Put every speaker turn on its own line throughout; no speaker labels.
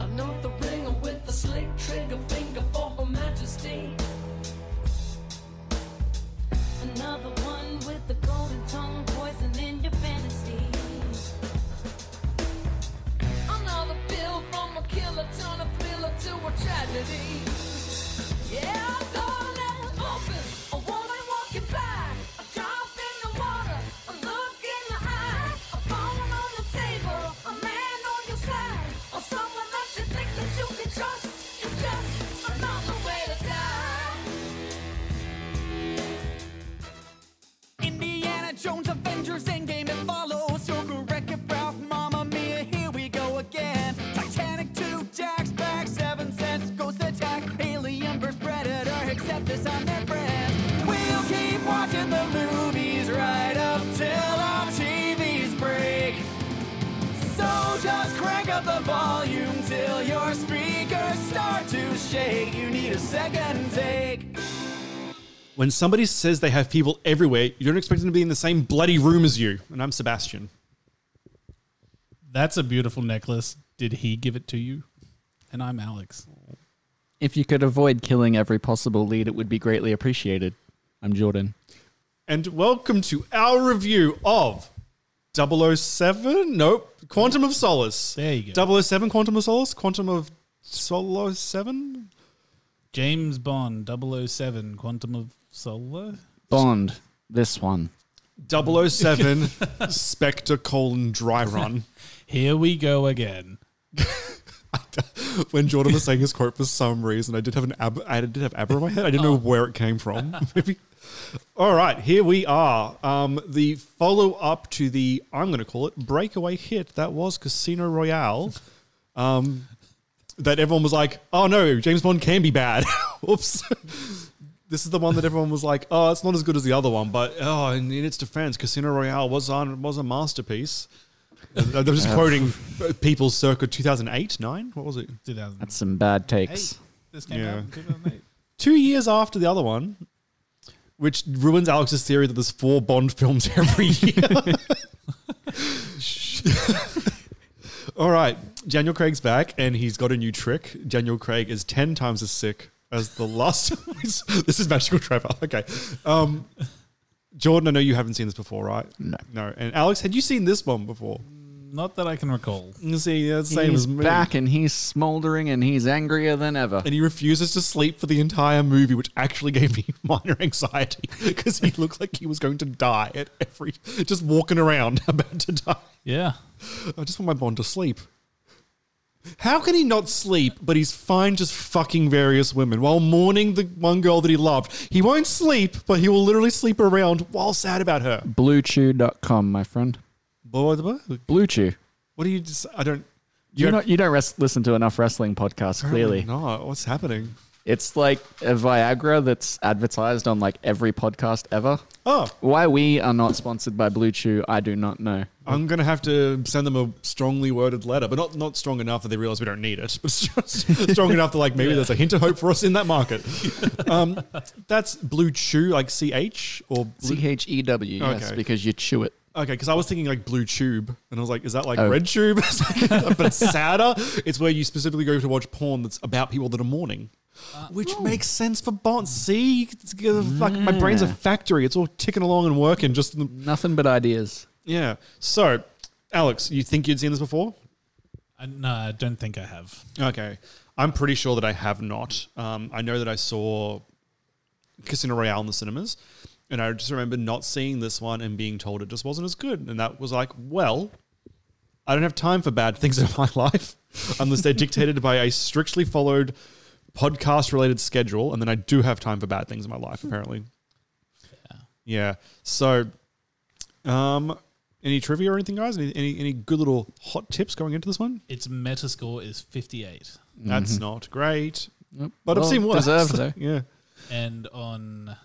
Another ringer with a slick trigger finger for her majesty.
Another one with the golden tongue poison in your fantasy.
Another bill from a killer, turn a thriller to a tragedy. Yeah, darling, open. A woman walking by. A drop in the water. A look in the eye. A phone on the table. A man on your side. Or someone that you think that you can trust. It's just another way to die.
Indiana Jones Avengers Endgame it follows. Joker, Wreck-It Ralph, Mamma Mia, here we go again. Titanic 2, Jack's back, Seven Cents, Ghost Attack, Alien vs Predator, except this time they're friends. We'll keep watching the movies right up till our TVs break. So just crank up the volume till your speakers start to shake. You need a second take.
When somebody says they have people everywhere, you don't expect them to be in the same bloody room as you. And I'm Sebastian.
That's a beautiful necklace. Did he give it to you? And I'm Alex.
If you could avoid killing every possible lead, it would be greatly appreciated. I'm Jordan.
And welcome to our review of 007? Nope. Quantum of Solace.
There you go.
007 Quantum of Solace? Quantum of Solo 7?
James Bond 007 Quantum of Solar.
Bond, this one.
007 Spectre colon dry run.
Here we go again.
when Jordan was saying his quote for some reason, I did have an ab- I did have abra in my head. I didn't know where it came from. Maybe. All right, here we are. Um, the follow up to the I'm going to call it breakaway hit that was Casino Royale. Um, that everyone was like, oh no, James Bond can be bad. Oops. This is the one that everyone was like, "Oh, it's not as good as the other one," but oh, in, in its defense, Casino Royale was on was a masterpiece. They're just quoting people circa 2008, 9? What was it?
2008.
That's some bad takes.
This came
Yeah.
out in 2008.
Two years after the other one, which ruins Alex's theory that there's four Bond films every year. All right, Daniel Craig's back and he's got a new trick. Daniel Craig is 10 times as sick as the last. this is Magical Trevor. Okay. Um, Jordan, I know you haven't seen this before, right? No. No. And Alex, had you seen this one before?
Not that I can recall.
You See, that's the same
he's
as me.
back and he's smoldering and he's angrier than ever.
and he refuses to sleep for the entire movie, which actually gave me minor anxiety because he looked like he was going to die at every just walking around about to die.
Yeah.
I just want my Bond to sleep. How can he not sleep, but he's fine just fucking various women while mourning the one girl that he loved? He won't sleep, but he will literally sleep around while sad about her.
Bluechew.com, my friend.
What do
Bluechew.
you just? I don't.
You not you don't res- listen to enough wrestling podcasts. Clearly,
No, what's happening?
it's like a Viagra that's advertised on like every podcast ever.
Oh,
Why we are not sponsored by Blue Chew, I do not know.
I'm gonna have to send them a strongly worded letter, but not not strong enough that they realize we don't need it. But strong enough that like maybe there's a hint of hope for us in that market. Um, that's blue chew like C H or blue,
C H E W, yes,
Okay.
because you chew it.
okay because I was thinking like blue tube and I was like, is that like
Oh.
red tube? but it's sadder. It's where you specifically go to watch porn that's about people that are mourning.
Uh,
Which
oh.
makes sense for Bond. See, It's- fuck, my brain's a factory. It's all ticking along and working. Just in the,
Nothing but ideas.
yeah. So, Alex, you think you'd seen this before?
I, no, I don't think I have.
Okay. I'm pretty sure that I have not. Um, I know that I saw Casino Royale in the cinemas. And I just remember not seeing this one and being told it just wasn't as good. And that was like, well, I don't have time for bad things in my life unless they're dictated by a strictly followed podcast related schedule. And then I do have time for bad things in my life, apparently. Yeah. So, um, any trivia or anything, guys? Any, any, any good little hot tips going into this one?
Its Metascore is 58,
That's not great. But
But
I've seen worse.
Mm-hmm. Deserved though.
yeah.
and on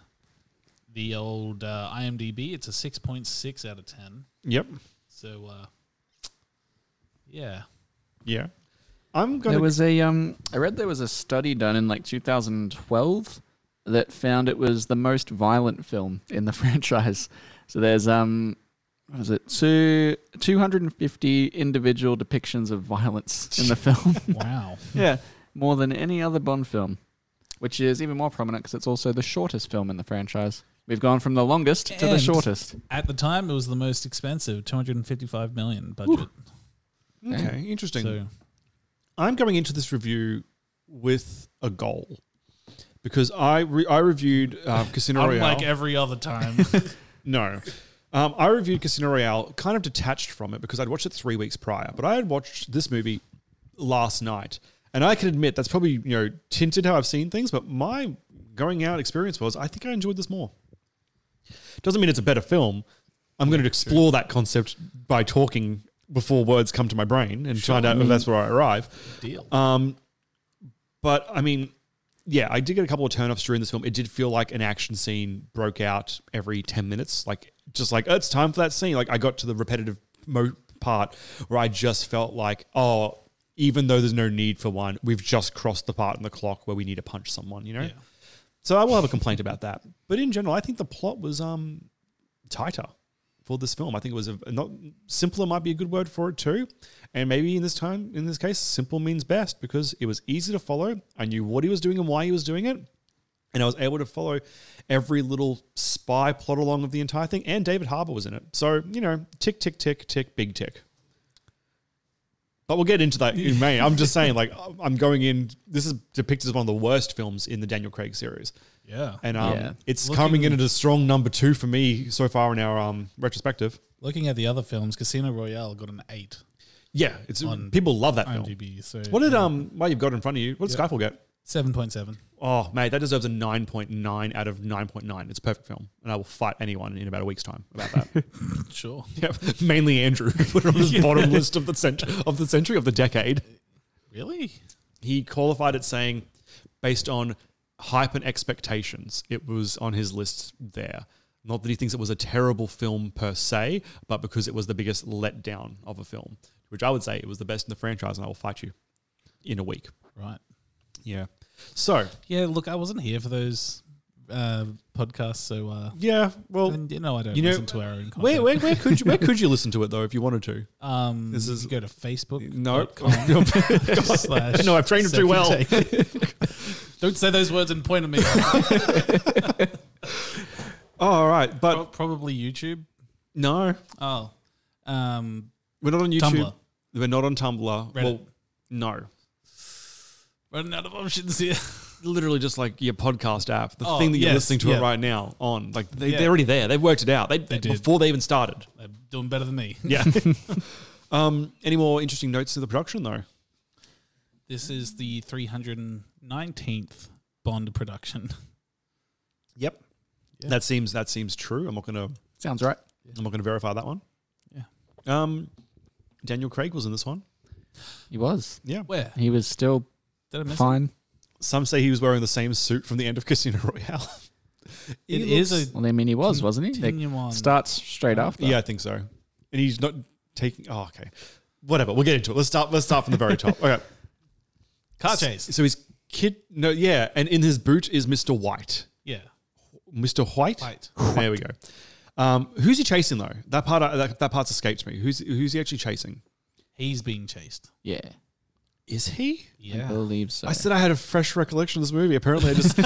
the old uh, IMDb, it's a 6.6 out of 10.
Yep.
So, uh, yeah,
Yeah. I'm gonna.
There was a um. I read there was a study done in like 2012 that found it was the most violent film in the franchise. So there's um, what is it? Two 250 individual depictions of violence in the film.
wow.
yeah, more than any other Bond film, which is even more prominent because it's also the shortest film in the franchise. We've gone from the longest to the
And-
shortest.
At the time, it was the most expensive, 255 million budget.
okay. Interesting.
So,
I'm going into this review with a goal because I re- I reviewed uh, Casino Royale.
unlike every other time,
No. Um, I reviewed Casino Royale kind of detached from it because I'd watched it three weeks prior, but I had watched this movie last night. And I can admit that's probably, you know, tinted how I've seen things, but my going out experience was I think I enjoyed this more. Doesn't mean it's a better film. I'm going to explore that concept by talking before words come to my brain and find out if that's where I arrive. Um,
deal.
But I mean, yeah, I did get a couple of turnoffs during this film. It did feel like an action scene broke out every ten minutes, like just like "Oh, it's time for that scene. Like I got to the repetitive mo- part where I just felt like, oh, even though there's no need for one, we've just crossed the part in the clock where we need to punch someone. You know,
Yeah.
so I will have a complaint about that. But in general, I think the plot was um tighter for this film. I think it was a, not simpler might be a good word for it too. And maybe in this time in this case, simple means best because it was easy to follow. I knew what he was doing and why he was doing it. And I was able to follow every little spy plot along of the entire thing. And David Harbour was in it. So, you know, tick, tick, tick, tick, big tick. But we'll get into that in May. I'm just saying, like, I'm going in. This is depicted as one of the worst films in the Daniel Craig series.
yeah.
And um,
Yeah.
it's
Looking-
coming in at a strong number two for me so far in our um, retrospective.
Looking at the other films, Casino Royale got an 8
Yeah, it's people love that film.
IMDb. So,
What did um? While you've got it in front of you, what did Skyfall get?
7.7.
Oh, mate, that deserves a nine point nine out of nine point nine. It's a perfect film, and I will fight anyone in about a week's time about that.
Sure.
yeah, mainly Andrew put it on his bottom list of the cent- of the century of the decade.
Really?
He qualified it saying, based on hype and expectations, it was on his list there. Not that he thinks it was a terrible film per se, but because it was the biggest letdown of a film, which I would say it was the best in the franchise, and I will fight you in a week.
Right.
Yeah. So
Yeah, look, I wasn't here for those uh, podcasts, so uh,
yeah, well,
and, you know I don't
you know,
listen to our own content.
where, where, where could you, where could you listen to it though if you wanted to?
um,
this
this
is-
is go to Facebook.
No,
slash
no, I've trained him too well.
Second Take. don't say those words and point at me.
all right,
Pro-
but
Probably YouTube.
no,
Oh, um,
we're not on YouTube.
Tumblr.
We're not on Tumblr. Well, no,
running out of options here.
literally just like your podcast app, the
Oh,
thing that you're
yes,
listening to
yeah.
it right now on. Like they,
Yeah.
they're already there. They've worked it out. They,
did.
before they even started.
They're doing better than me.
Yeah. um. Any more interesting notes to the production though?
This is the 319th Bond production.
Yep. That seems that seems true. I'm not gonna
Sounds right.
I'm not gonna verify that one.
Yeah.
Um. Daniel Craig was in this one.
He was.
Yeah.
Where?
He was still
Did I miss it?
fine.
Some say he was wearing the same suit from the end of Casino Royale.
It
He
is
looks-
a.
Well, I mean, he was, wasn't he?
Continue on.
It starts straight after.
Yeah, I think so. And he's not taking. Oh, okay. Whatever. We'll get into it. Let's start. Let's start from the very top. Okay.
Car chase.
So his kid. No. Yeah. And in his boot is Mr. White.
Yeah.
Mr. White.
White.
There we go. Um, who's he chasing though? That part. That, that part's escaped me. Who's Who's he actually chasing?
He's being chased.
Yeah.
Is he?
I
Yeah.
believe so.
I said I had a fresh recollection of this movie. Apparently, I just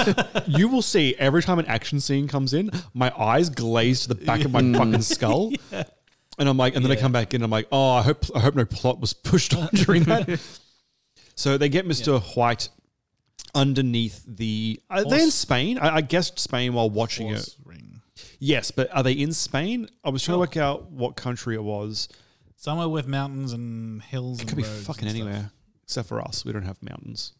you will see every time an action scene comes in, my eyes glaze to the back of my fucking skull, and I'm like, and then I
Yeah.
come back in, and I'm like, oh, I hope I hope no plot was pushed on during that. so they get Mister White underneath the. Are they in
Horse-
Spain? I, I guessed Spain while watching it.
Horse ring.
Yes, but are they in Spain? I was trying to work out what country it was.
Somewhere with mountains and hills.
It
and
could be
roads and
fucking
stuff.
anywhere except for us. We don't have mountains.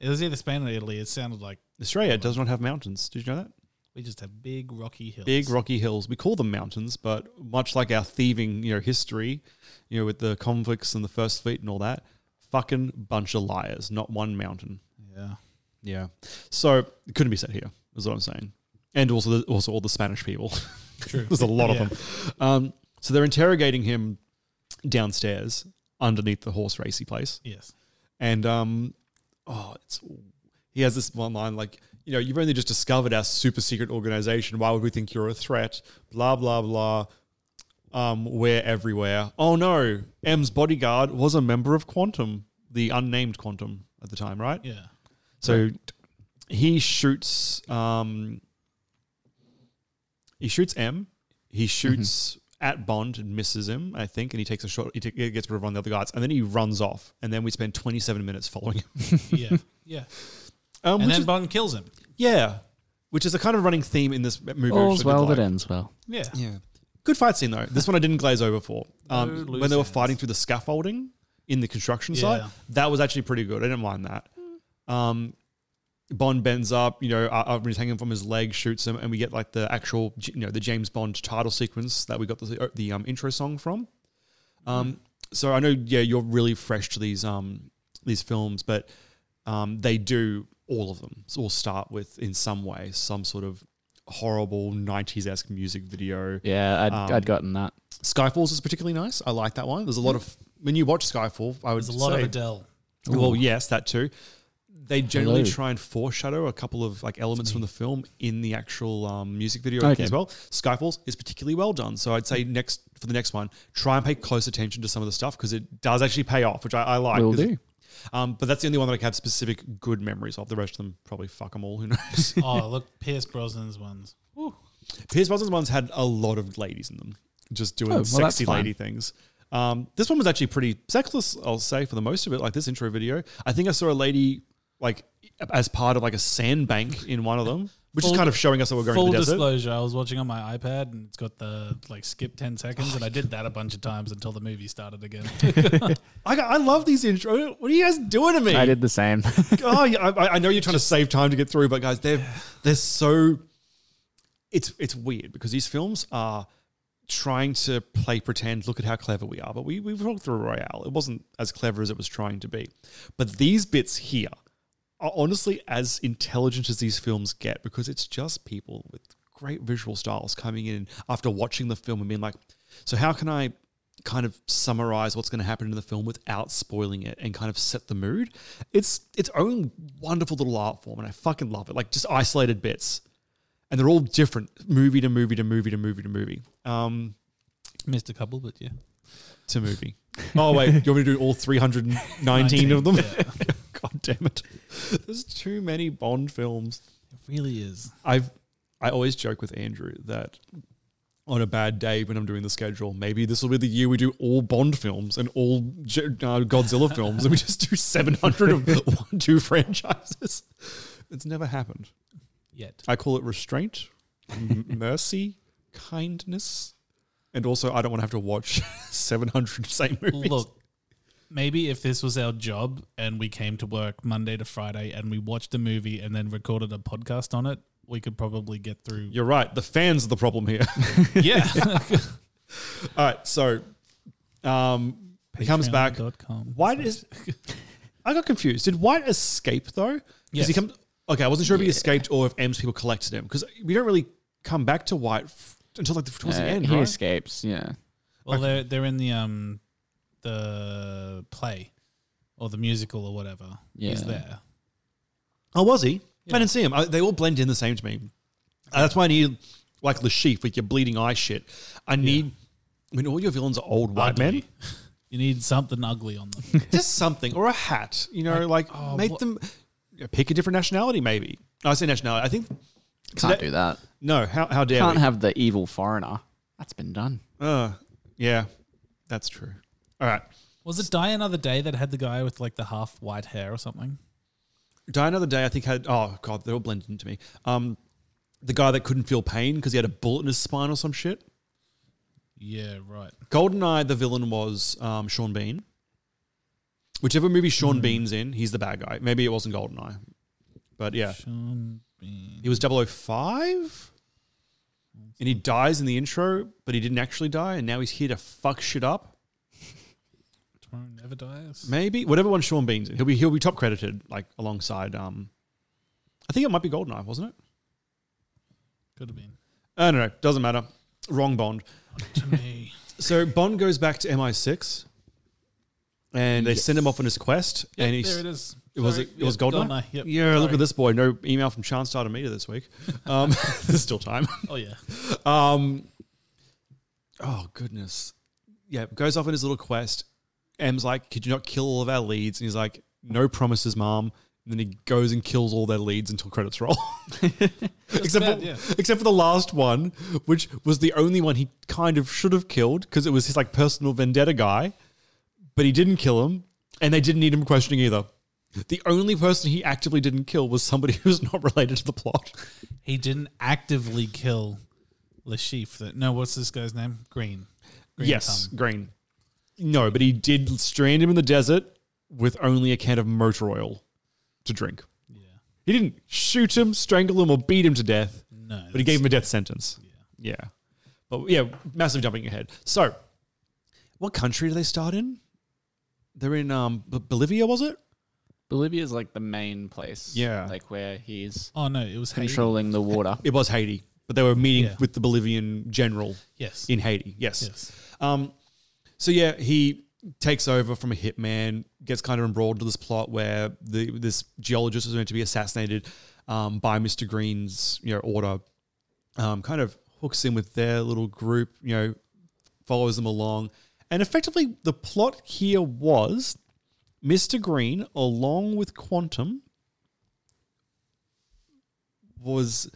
It was either Spain or Italy. It sounded like
Australia does not have mountains. Did you know that?
we just have big rocky hills.
Big rocky hills. We call them mountains, but much like our thieving, you know, history, you know, with the conflicts and the First Fleet and all that, fucking bunch of liars. Not one mountain.
Yeah.
Yeah. So it couldn't be said here. Is what I'm saying. And also, the, also all the Spanish people.
True.
There's a lot
Yeah.
of them. Um, so they're interrogating him downstairs underneath the horse racy place.
Yes.
And um, oh, it's he has this one line like, you know, you've only just discovered our super secret organization. Why would we think you're a threat? Blah blah blah. Um, we're everywhere. Oh no, M's bodyguard was a member of Quantum, the unnamed Quantum at the time, right?
Yeah.
So he shoots. Um, he shoots M. He shoots at Bond and misses him, I think, and he takes a shot. He, ta- he gets rid of one of the other guys, and then he runs off. And then we spend twenty seven minutes following him.
Yeah. Yeah.
Um,
and
which
then
is,
Bond kills him.
yeah, which is a kind of running theme in this movie. which I
All's
did
well
like.
that ends well.
Yeah.
Yeah. Good fight scene though. This one I didn't glaze over for. Um,
No loose
when they were
ends.
fighting through the scaffolding in the construction
Yeah.
site, that was actually pretty good. I didn't mind that. Um, Bond bends up, you know, uh, he's hanging from his leg, shoots him, and we get like the actual, you know, the James Bond title sequence that we got the the um, intro song from. Um, so I know, yeah, you're really fresh to these um these films, but um, they do all of them. So all start with in some way some sort of horrible '90s esque music video.
Yeah, I'd,
Um,
I'd gotten that.
Skyfalls is particularly nice. I like that one. There's a lot of when you watch Skyfall, I would
There's a lot
say,
of Adele.
Well, yes, that too. They generally
Hello.
try and foreshadow a couple of like elements from the film in the actual um, music video
Okay.
as well. Skyfalls is particularly well done, so I'd say next for the next one, try and pay close attention to some of the stuff because it does actually pay off, which I, I like.
Will
'cause-
do.
Um, but that's the only one that I have specific good memories of. The rest of them probably fuck them all. Who knows?
Oh, look, Pierce Brosnan's ones.
Pierce Brosnan's ones had a lot of ladies in them, just doing
Oh, well, that's
sexy
fine.
lady things. Um, this one was actually pretty sexless, I'll say, for the most of it. Like this intro video, I think I saw a lady like as part of like a sandbank in one of them, which
Full-
is kind of showing us that we're going
Full
to the desert.
disclosure, I was watching on my iPad and it's got the like skip 10 seconds, and I did that a bunch of times until the movie started again.
I, got- I love these intro. What are you guys doing to me?
I did the same.
oh, yeah, I, I know you're trying to save time to get through, but guys, they're they're so it's it's weird because these films are trying to play pretend. Look at how clever we are, but we we've talked through Royale. It wasn't as clever as it was trying to be, but these bits here are honestly as intelligent as these films get because it's just people with great visual styles coming in after watching the film and being like, so how can I kind of summarize what's going to happen in the film without spoiling it and kind of set the mood? It's its own wonderful little art form and I fucking love it. Like just isolated bits. And they're all different, movie to movie to movie to movie to movie. Um,
Missed a couple, but yeah.
to movie. Oh wait, you want me to do all 319 of them? God damn it. There's too many Bond films.
It really is.
I've I always joke with Andrew that on a bad day when I'm doing the schedule, maybe this will be the year we do all Bond films and all J- uh, Godzilla films, and we just do 700 of one, two franchises. It's never happened.
Yet.
I call it restraint, m- mercy, kindness, and also I don't want to have to watch 700 same movies.
Look, maybe if this was our job and we came to work Monday to Friday and we watched a movie and then recorded a podcast on it, we could probably get through.
You're right. The fans are the problem here.
Yeah.
All right, so um, he comes back.
Patreon.com.
White is. I got confused. Did White escape though? Because
Yes.
he comes. Okay, I wasn't sure if he escaped or if M's people collected him because we don't really come back to White f- until like the, towards the
Uh,
end,
he
right?
escapes. Yeah.
Well, they're they're in the um the play or the musical or whatever. He's
Yeah.
there.
oh, was he? I didn't see him. I, they all blend in the same to me. Uh, that's why I need like the sheep with your bleeding eye shit. I need when all your villains are old white men,
Ugly. You need something ugly on them.
just something or a hat. You know, like,
oh,
make
what-
them pick a different nationality. Maybe I say nationality. I think
Can't
that-
do that.
no. How how dare
Can't
we?
have the evil foreigner. That's been done.
Uh, yeah, that's true. All right.
Was it Die Another Day that had the guy with like the half white hair or something?
Die Another Day, I think had oh god, they're all blended into me. Um, the guy that couldn't feel pain because he had a bullet in his spine or some shit.
Yeah, right.
Goldeneye, the villain was um, Sean Bean. Whichever movie Sean Bean's in, he's the bad guy. Maybe it wasn't Goldeneye, but yeah,
Sean Bean.
he was 005? and he dies in the intro, but he didn't actually die, and now he's here to fuck shit up.
Tomorrow never dies.
Maybe whatever one Sean Bean's in, he'll be he'll be top credited like alongside. Um, I think it might be Goldeneye, wasn't it?
Could have been.
I don't know. Doesn't matter. Wrong Bond.
To me.
So Bond goes back to MI6, and they send him off on his quest. and he's,
there it is.
It was
Sorry.
it was
Yep,
Goldeneye.
Yep.
Yeah, look
Sorry.
at this boy. No email from Chance Star to Meter this week. Um, there's still time.
Oh yeah.
Um, oh goodness, yeah. Goes off on his little quest. M's like, could you not kill all of our leads? And he's like, no promises, mom. And then he goes and kills all their leads until credits roll. except
about,
for
yeah.
except for the last one, which was the only one he kind of should have killed because it was his like personal vendetta guy, but he didn't kill him, and they didn't need him questioning either. The only person he actively didn't kill was somebody who's not related to the plot.
He didn't actively kill Lashif. That no, what's this guy's name? Green. Green
yes,
thumb.
Green. No, but he did strand him in the desert with only a can of motor oil to drink. Yeah. He didn't shoot him, strangle him, or beat him to death.
No.
But he gave him a death sentence. Yeah. But yeah, massive jumping ahead. So, what country do they start in? They're in um, B- Bolivia, was it?
Bolivia's like the main place.
Yeah.
Like where he's
Oh no, it was Haiti.
controlling the water.
It was Haiti. But they were meeting
Yeah.
with the Bolivian general
Yes.
in Haiti. Yes.
yes.
Um, so yeah, he takes over from a hitman, gets kind of embroiled to this plot where the this geologist is meant to be assassinated um, by Mr. Green's you know order. Um, kind of hooks in with their little group, you know, follows them along, and effectively the plot here was Mr. Green, along with Quantum, was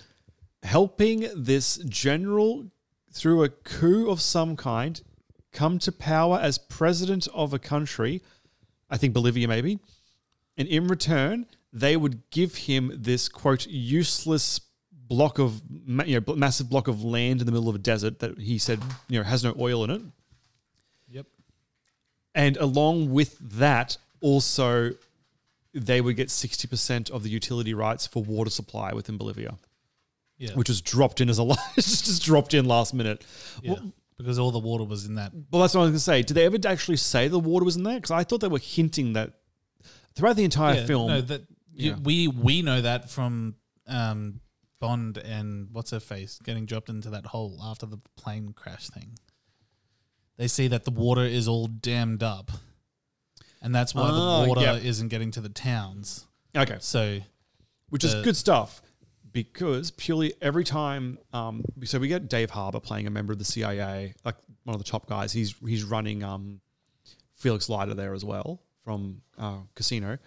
helping this general through a coup of some kind come to power as president of a country, I think Bolivia maybe, and in return they would give him this quote useless block of ma- you know bl- massive block of land in the middle of a desert that he said you know has no oil in it
Yep.
and along with that, also they would get 60% of the utility rights for water supply within Bolivia,
Yeah.
which was dropped in as a la- it's just dropped in last minute.
yeah.
Well,
because all the water was in that.
well, that's what I was going to say. Did they ever actually say the water was in there? Because I thought they were hinting that throughout the entire
Yeah,
film.
No, that you,
Yeah.
we we know that from um, Bond and what's her face getting dropped into that hole after the plane crash thing. They see that the water is all dammed up, and that's why
Ah,
the water
yeah.
isn't getting to the towns.
okay.
So
which
the-
is good stuff because purely every time um, so we get Dave Harbour playing a member of the CIA like one of the top guys he's he's running um, Felix Leiter there as well from uh, Casino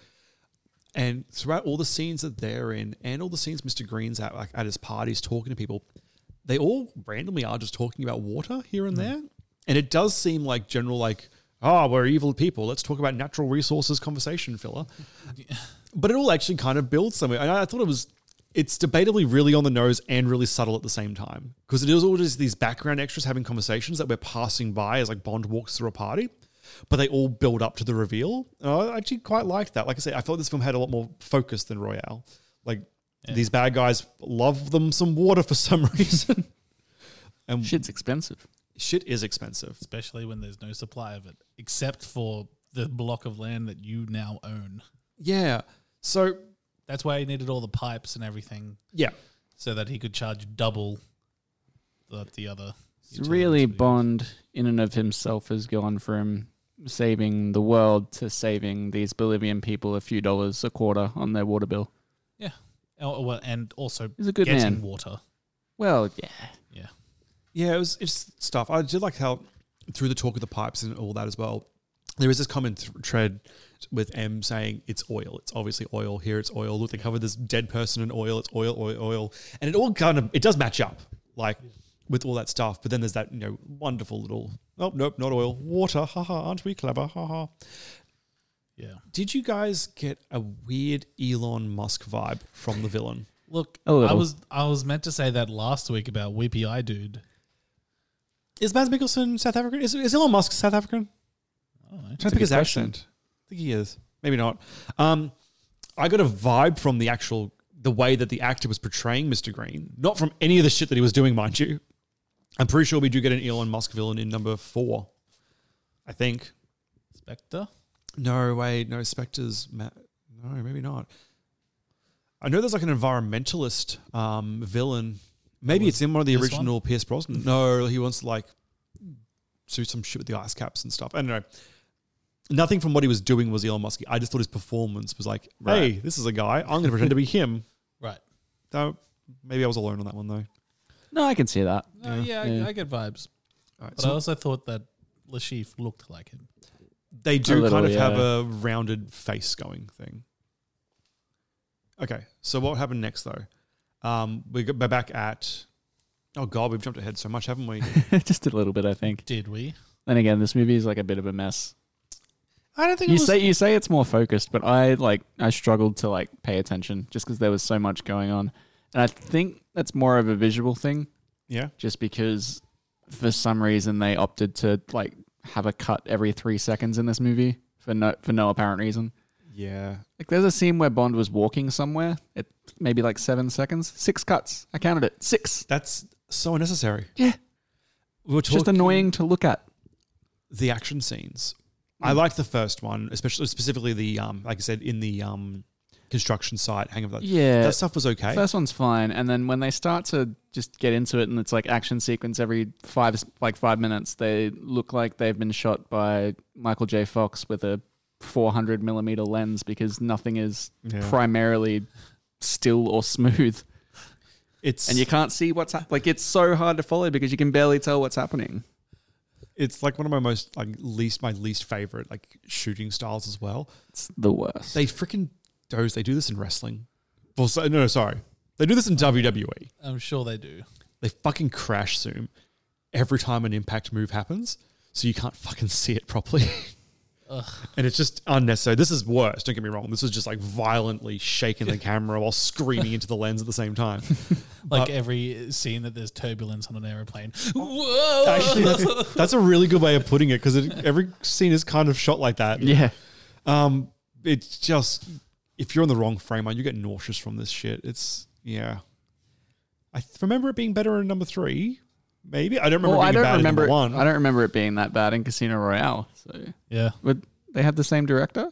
and throughout all the scenes that they're in and all the scenes Mr Green's at like at his parties talking to people they all randomly are just talking about water here and there and it does seem like general like oh we're evil people let's talk about natural resources conversation filler but it all actually kind of builds somewhere. And I thought it was, it's debatably really on the nose and really subtle at the same time because it is all just these background extras having conversations that we're passing by as like Bond walks through a party, but they all build up to the reveal. And I actually quite liked that. Like I said, I felt this film had a lot more focus than Royale. Like these bad guys love them some water for some reason.
Shit's expensive.
Shit is expensive.
especially when there's no supply of it, except for the block of land that you now own.
Yeah. So,
That's why he needed all the pipes and everything,
yeah.
so that he could charge double the, the other.
It's really Bond in and of himself has gone from saving the world to saving these Bolivian people a few dollars a quarter on their water bill.
Yeah. Oh, well, and also
He's a good
getting
man.
water.
Well, yeah.
Yeah.
Yeah, it was it's stuff. I did like how through the talk of the pipes and all that as well. There is this common th- tread with M saying it's oil. It's obviously oil here. It's oil. Look, they covered this dead person in oil. It's oil, oil, oil, and it all kind of it does match up like with all that stuff. But then there's that you know wonderful little oh nope not oil water. Haha, aren't we clever? Haha.
Yeah.
Did you guys get a weird Elon Musk vibe from the villain?
Look,
A little.
I was I was meant to say that last week about Weepy Eye Dude.
Is Mads Mikkelsen South African? Is, is Elon Musk South African?
I don't know.
Trying to pick his accent. I think he is. Maybe not. Um, I got a vibe from the actual the way that the actor was portraying Mr. Green, not from any of the shit that he was doing, mind you. I'm pretty sure we do get an Elon Musk villain in number four. I think.
Spectre.
No, wait, no specters. Ma- no, maybe not. I know there's like an environmentalist um, villain. Maybe it's in one of the
this
original Pierce Brosnan. No, he wants to like do some shit with the ice caps and stuff. I don't know. Nothing from what he was doing was Elon Musk. I just thought his performance was like, hey, this is a guy. I'm going to pretend to be him.
Right.
Though maybe I was alone on that one though.
No, I can see that.
No, yeah,
yeah.
I, I get vibes.
All right,
But
so
I also thought that Lashif looked like him.
they do
little,
kind of have
yeah.
a rounded face going thing. Okay, so what happened next though? Um, we got, we're back at. Oh god, we've jumped ahead so much, haven't we?
Just a little bit, I think.
Did we?
Then again, this movie is like a bit of a mess.
I don't think
You say you say it's more focused, but I like I struggled to like pay attention just because there was so much going on, and I think that's more of a visual thing.
Yeah,
just because for some reason they opted to like have a cut every three seconds in this movie for no for no apparent reason.
yeah.
Like there's a scene where Bond was walking somewhere. It maybe like seven seconds, six cuts. I counted it, six.
That's so unnecessary.
Yeah,
We were
it's just
talking-
annoying to look at.
the action scenes. I
Mm.
liked the first one, especially specifically the um, like I said, in the um, construction site. Hang on, that
Yeah.
that stuff was okay.
First one's fine, and then when they start to just get into it, and it's like action sequence every five like five minutes, they look like they've been shot by Michael J. Fox with a 400 millimeter lens because nothing is
Yeah.
primarily still or smooth,
it's
and you can't see what's hap- like. It's so hard to follow because you can barely tell what's happening.
it's like one of my most like least my least favorite like shooting styles as well.
It's the worst.
They freaking doze. They do this in wrestling. Well, so, no, no, sorry. They do this in WWE.
I'm sure they do.
They fucking crash zoom every time an impact move happens, so you can't fucking see it properly. And it's just unnecessary. This is worse. Don't get me wrong. This is just like violently shaking the camera while screaming into the lens at the same time.
Like every scene that there's turbulence on an aeroplane. Whoa!
Actually, that's, that's a really good way of putting it because every scene is kind of shot like that.
yeah,
Um, it's just if you're in the wrong frame, man, you get nauseous from this shit. It's yeah. I th- remember it being better in number three. Maybe I don't remember.
well,
it
I
being bad
don't
in
remember.
number one.
I don't remember it being that bad in Casino Royale. So,
yeah.
would they have the same director?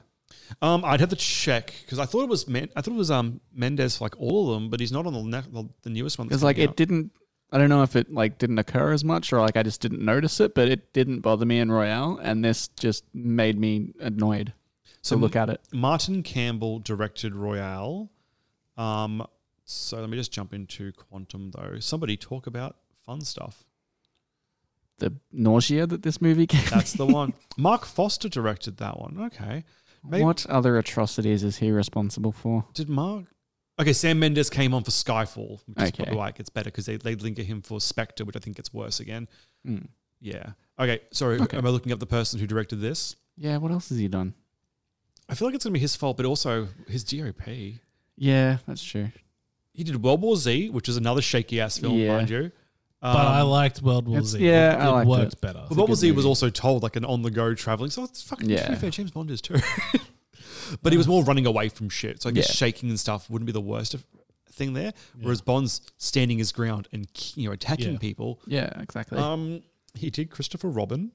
Um, I'd have to check because I thought it was Men- I thought it was um Mendez for like all of them, but he's not on the ne- the, the newest one.
Because like it didn't. I don't know if it like didn't occur as much or like I just didn't notice it, but it didn't bother me in Royale, and this just made me annoyed
So
to look at it.
Martin Campbell directed Royale. Um, so let me just jump into Quantum though. Somebody talk about fun stuff.
The nausea that this movie gave.
That's
me.
the one. Mark Foster directed that one. Okay, maybe
What other atrocities is he responsible for?
Did Mark? Okay, Sam Mendes came on for Skyfall, which is
Okay.
probably why it gets better because they, they linger him for Spectre, which I think gets worse again.
Hmm.
Yeah. Okay, sorry.
Okay.
Am I looking up the person who directed this?
Yeah, what else has he done?
I feel like it's going to be his fault, but also his GOP.
Yeah, that's true.
He did World War Z, which is another shaky ass film,
Yeah.
mind you. Um,
But I liked World War
it's-
Z.
yeah,
it,
I liked
it worked
it.
better.
But World War
good
Z was
movie.
also told like an on the go traveling. So it's fucking yeah.
Yeah.
fair. James Bond is too. but he was more running away from shit. So I guess
Yeah.
shaking and stuff wouldn't be the worst of- thing there. Whereas Bond's standing his ground and you know attacking
Yeah.
people.
Yeah, exactly.
Um, he did Christopher Robin.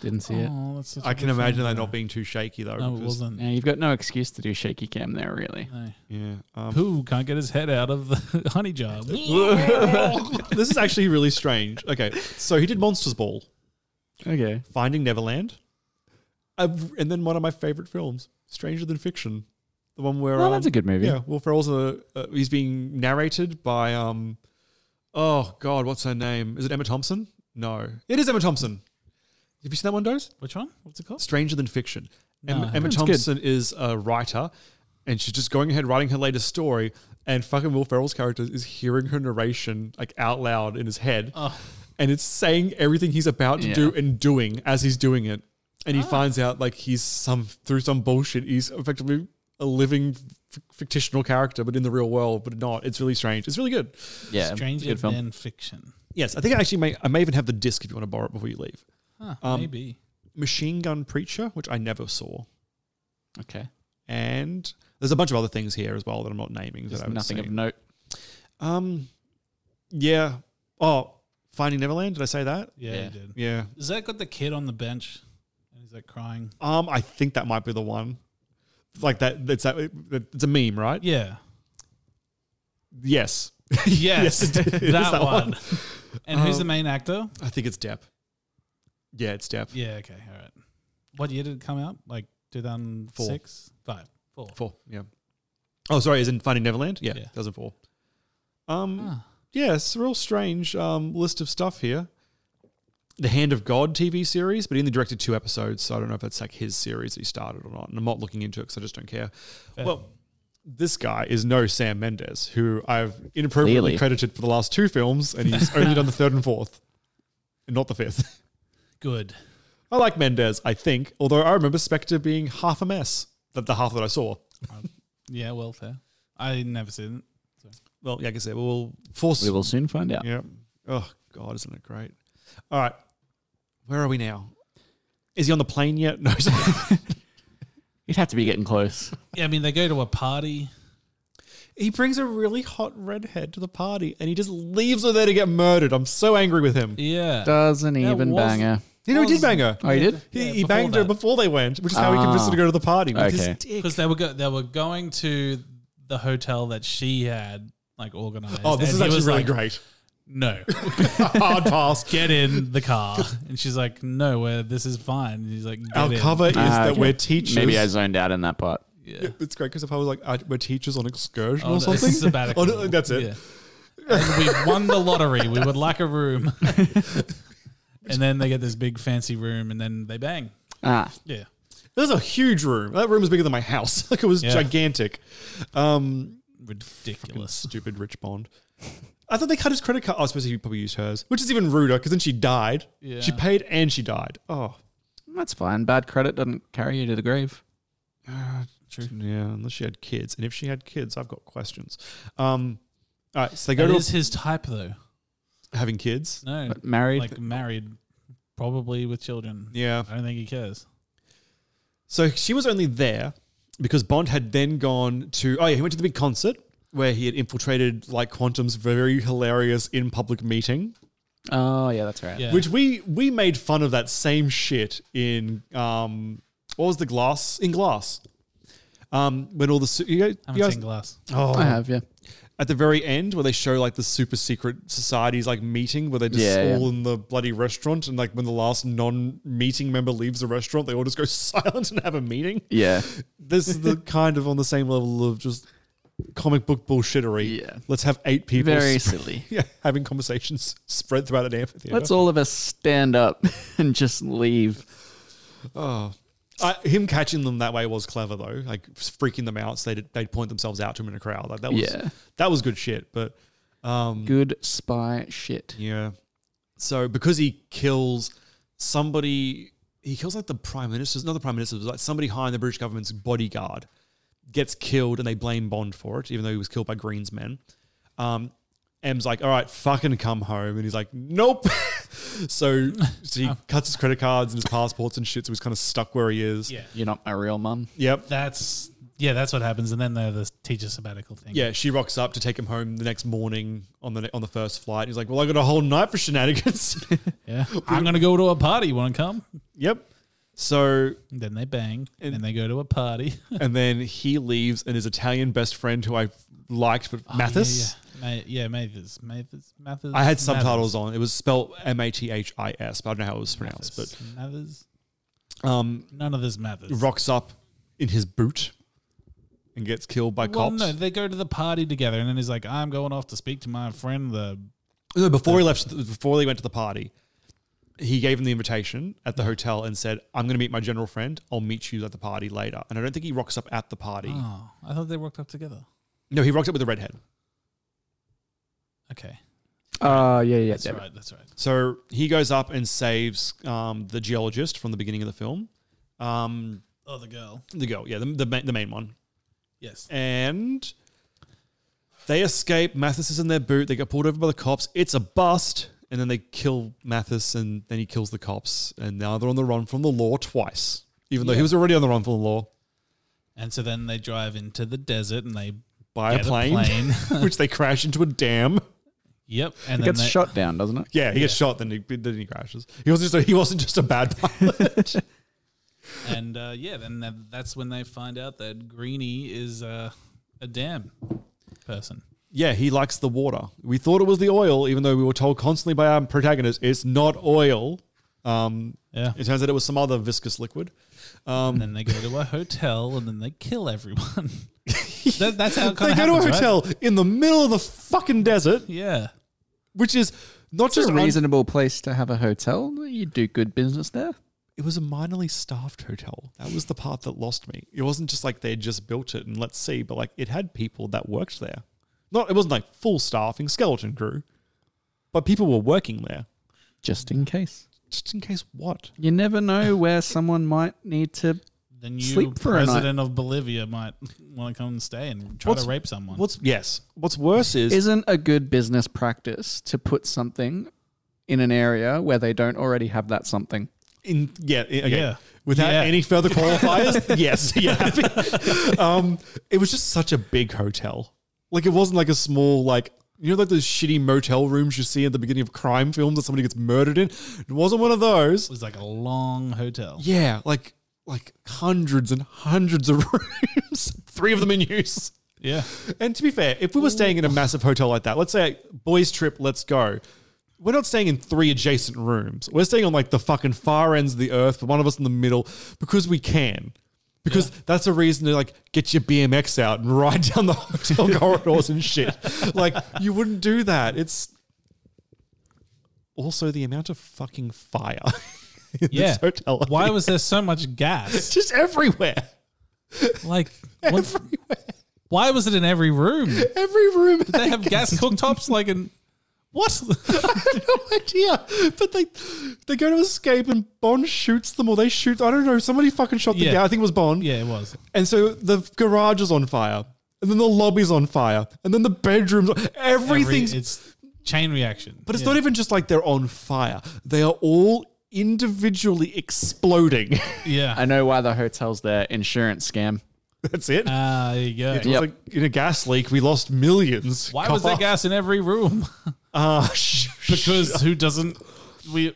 Didn't see it.
Oh, that's such a
I can
good
imagine
film,
that
though.
not being too shaky though.
No, it
because-
wasn't.
Yeah, you've got no excuse to do shaky cam there, really.
No.
Yeah. um,
Pooh can't get his head out of the honey jar.
this is actually really strange. Okay, so he did Monsters Ball,
Okay.
Finding Neverland, uh, and then one of my favorite films, Stranger Than Fiction, the one where
Well,
um,
that's a good movie.
yeah, Will Ferrell's a, uh, he's being narrated by um, oh god, what's her name? Is it Emma Thompson? No, it is Emma Thompson. Have you seen that one, Dose?
Which one? What's it called?
Stranger Than Fiction. Em-
No.
Emma
That's good.
Thompson is a writer, and she's just going ahead writing her latest story. And fucking Will Ferrell's character is hearing her narration like out loud in his head, and it's saying everything he's about to
Yeah.
do and doing as he's doing it. and he finds out like he's some through some bullshit he's effectively a living f- fictional character but in the real world but not it's really strange it's really good
Yeah,
Stranger
good film.
than fiction.
yes i think i actually may i may even have the disc if you want to borrow it before you leave
Huh,
Um,
maybe.
machine gun preacher which i never saw
Okay,
and there's a bunch of other things here as well that i'm not naming that
there's
i've
nothing
seen.
of note.
um yeah oh finding neverland did i say that
Yeah,
Yeah.
he did.
yeah
Is that got the kid on the bench? And he's like crying.
um i think that might be the one like that it's that it's a meme right
Yeah.
yes
Yes,
it is
that, one. And who's the main actor?
I think it's Depp. Yeah, it's Depp.
Yeah, okay, all right. What year did it come out? Like 2006? Five. Four.
Four. Yeah. Oh, sorry. Is in Finding Neverland? Yeah,
Yeah.
2004. Um. Yeah, it's a real strange um, list of stuff here. The Hand of God TV series, but he only directed two episodes, so I don't know if that's like his series that he started or not. And I'm not looking into it because I just don't care. Well, this guy is no Sam Mendes, who I've inappropriately
Clearly.
credited for the last two films, and he's only done the third and fourth, and not the fifth.
Good.
I like Mendez, I think, although I remember Spectre being half a mess, the, the half that I saw.
Yeah, well, fair. I never seen it.
Well, yeah, I guess it will force.
We will soon find out.
Yeah. Oh, God, isn't it great? All right. Where are we now? Is he on the plane yet? No.
You'd have to be getting close.
Yeah, I mean, they go to a party.
he brings a really hot redhead to the party and he just leaves her there to get murdered. I'm so angry with him.
Yeah.
Doesn't
That
even
was-
bang her.
You know, he did
was-
bang her.
Oh, you did?
He,
Yeah,
he
before
banged her
that.
before they went, which is how he
Ah.
convinced her to go to the party with his
Okay.
dick.
because they were go- they were going to the hotel that she had like organized.
Oh, this
and
is
he
actually
was
really
like,
great.
No,
Hard pass.
get in the car, and she's like, "No, where this is fine." And he's like, get
Our
in.
cover is
Ah,
that
okay.
we're teachers.
Maybe I zoned out in that part.
Yeah, it's great because if I was like, I, we're teachers on excursion or
Oh, no,
something.
this is sabbatical.
Oh, no, that's it.
Yeah. And we won the lottery. We would like a room, and then they get this big fancy room, and then they bang.
Ah,
Yeah,
There's a huge room. That room is bigger than my house. Like it was
Yeah.
gigantic. Um,
ridiculous.
stupid Rich Bond. I thought they cut his credit card. Oh, I suppose he probably used hers, which is even ruder because then she died.
Yeah.
She paid and she died. Oh,
that's fine. Bad credit doesn't carry you to the grave.
True.
yeah. Unless she had kids, and if she had kids, I've got questions. Um, all right. So they go
That
to
is his type, though.
having kids.
No,
But married.
like married, probably with children.
Yeah.
I don't think he cares.
So she was only there because Bond had then gone to oh yeah, he went to the big concert where he had infiltrated like Quantum's very hilarious in public meeting.
oh yeah, that's right.
Yeah.
Which we we made fun of that same shit in um what was the glass in glass. Um, when all the su- you guys,
I
you
haven't
guys-
seen Glass.
oh,
I have. Yeah.
at the very end where they show like the super secret societies like meeting where they're just
Yeah,
all
yeah.
in the bloody restaurant and like when the last non-meeting member leaves the restaurant they all just go silent and have a meeting
Yeah.
this is the kind of on the same level of just comic book bullshittery.
Yeah.
Let's have eight people
Very
sp-
silly.
yeah, having conversations spread throughout an amphitheater.
Let's all of us stand up and just leave.
I, him catching them that way was clever though, like freaking them out so they'd, they'd point themselves out to him in a crowd. Like that was
Yeah.
that was good shit. But
Um,
Good spy shit.
yeah, so because he kills somebody, he kills like the prime minister's not the prime minister, but like somebody high in the British government's bodyguard gets killed and they blame Bond for it, even though he was killed by Green's men. Um, M's like, all right, fucking come home. And he's like, nope. so, so he cuts his credit cards and his passports and shit. So he's kind of stuck where he is.
Yeah.
You're not my real mum.
Yep.
That's yeah, that's what happens, and then the, the teacher sabbatical thing.
Yeah. She rocks up to take him home the next morning on the on the first flight. He's like, well, I got a whole night for shenanigans.
yeah. I'm gonna go to a party. You want to come?
yep. So
And then they bang,
And-
and then they go to a party.
and then he leaves, and his Italian best friend who I liked, but Mathis.
Oh, yeah, yeah. Ma- yeah, Mathis, Mathis, Mathis.
I had subtitles on. It was spelled M A T H I S, but I don't know how it was pronounced.
Mathis, Mathis.
But um,
None of this matters.
rocks up in his boot and gets killed by
Well,
cops.
no, they go to the party together, and then he's like, "I'm going off to speak to my friend." The
No, before he left, before they went to the party, he gave him the invitation at the hotel and said, "I'm going to meet my general friend. I'll meet you at the party later." And I don't think he rocks up at the party.
oh, I thought they rocked up together.
No, he rocks up with a redhead.
Okay,
Oh yeah, yeah.
that's right. That's right.
So he goes up and saves um, the geologist from the beginning of the film. Um,
Oh, the girl.
the girl, yeah, the, the, ma- the main one.
Yes.
and they escape. Mathis is in their boot. They get pulled over by the cops. It's a bust, and then they kill Mathis, and then he kills the cops. And now they're on the run from the law twice, even though he was already on the run from the law
And so then they drive into the desert and they
by a
Get a
plane,
plane.
which they crash into a dam.
yep. And
It
then
gets
they,
shot down, doesn't it?
Yeah, he gets shot, then he then he crashes. He wasn't just a, he wasn't just a bad pilot.
And uh, yeah, then that, that's when they find out that Greenie is uh, a dam person.
yeah, he likes the water. We thought it was the oil, even though we were told constantly by our protagonist it's not oil. Um,
Yeah.
it turns out it was some other viscous liquid. Um,
and then they go to a hotel and then they kill everyone. that, that's how it
They
kind of
go to a
happens, right?
hotel in the middle of the fucking desert,
Yeah.
which is not
It's
just
a
un-
reasonable place to have a hotel. You do good business there.
it was a minorly staffed hotel. That was the part that lost me. It wasn't just like they had just built it and let's see, but like it had people that worked there. Not it wasn't like full staffing skeleton crew, but people were working there
Just in case.
just in case what.
You never know where someone might need to.
The new
Sleep for a night.
president of Bolivia might want to come and stay and try
What's-
to rape someone.
What's yes? What's worse is,
Isn't a good business practice to put something in an area where they don't already have that something?
in yeah i- okay.
Yeah.
without
Yeah.
any further qualifiers. yes, yeah. happy. um, it was just such a big hotel. Like it wasn't like a small like you know like those shitty motel rooms you see at the beginning of crime films that somebody gets murdered in. It wasn't one of
It
those.
was like a long hotel.
Yeah, like like hundreds and hundreds of rooms, three of them in use.
Yeah.
And to be fair, if we were staying in a massive hotel like that, let's say boys trip, let's go. We're not staying in three adjacent rooms. We're staying on like the fucking far ends of the earth, but one of us in the middle because we can. Because that's a reason to like get your BMX out and ride down the hotel corridors and shit. Like you wouldn't do that. It's also the amount of fucking fire in
Yeah.
this hotel.
Why was there so much gas?
just everywhere?
Like, what,
Everywhere.
why was it in every room?
Every room.
They have gas cooktops like in what?
no idea. But they they go to escape and Bond shoots them or they shoot I don't know, somebody fucking shot the
Yeah.
guy. I think it was Bond.
yeah, it was.
And so the garage is on fire. And then the lobby's on fire. And then the bedrooms
Every-
everything's
it's chain reaction.
but it's
Yeah.
not even just like they're on fire. They are all individually exploding.
Yeah.
I know why the hotel's there. Insurance scam.
That's it.
Ah, there you go.
it was
Yep.
like in a gas leak, we lost millions.
Why
Come
was there
on.
gas in every room?
Ah, sh-
because who doesn't? We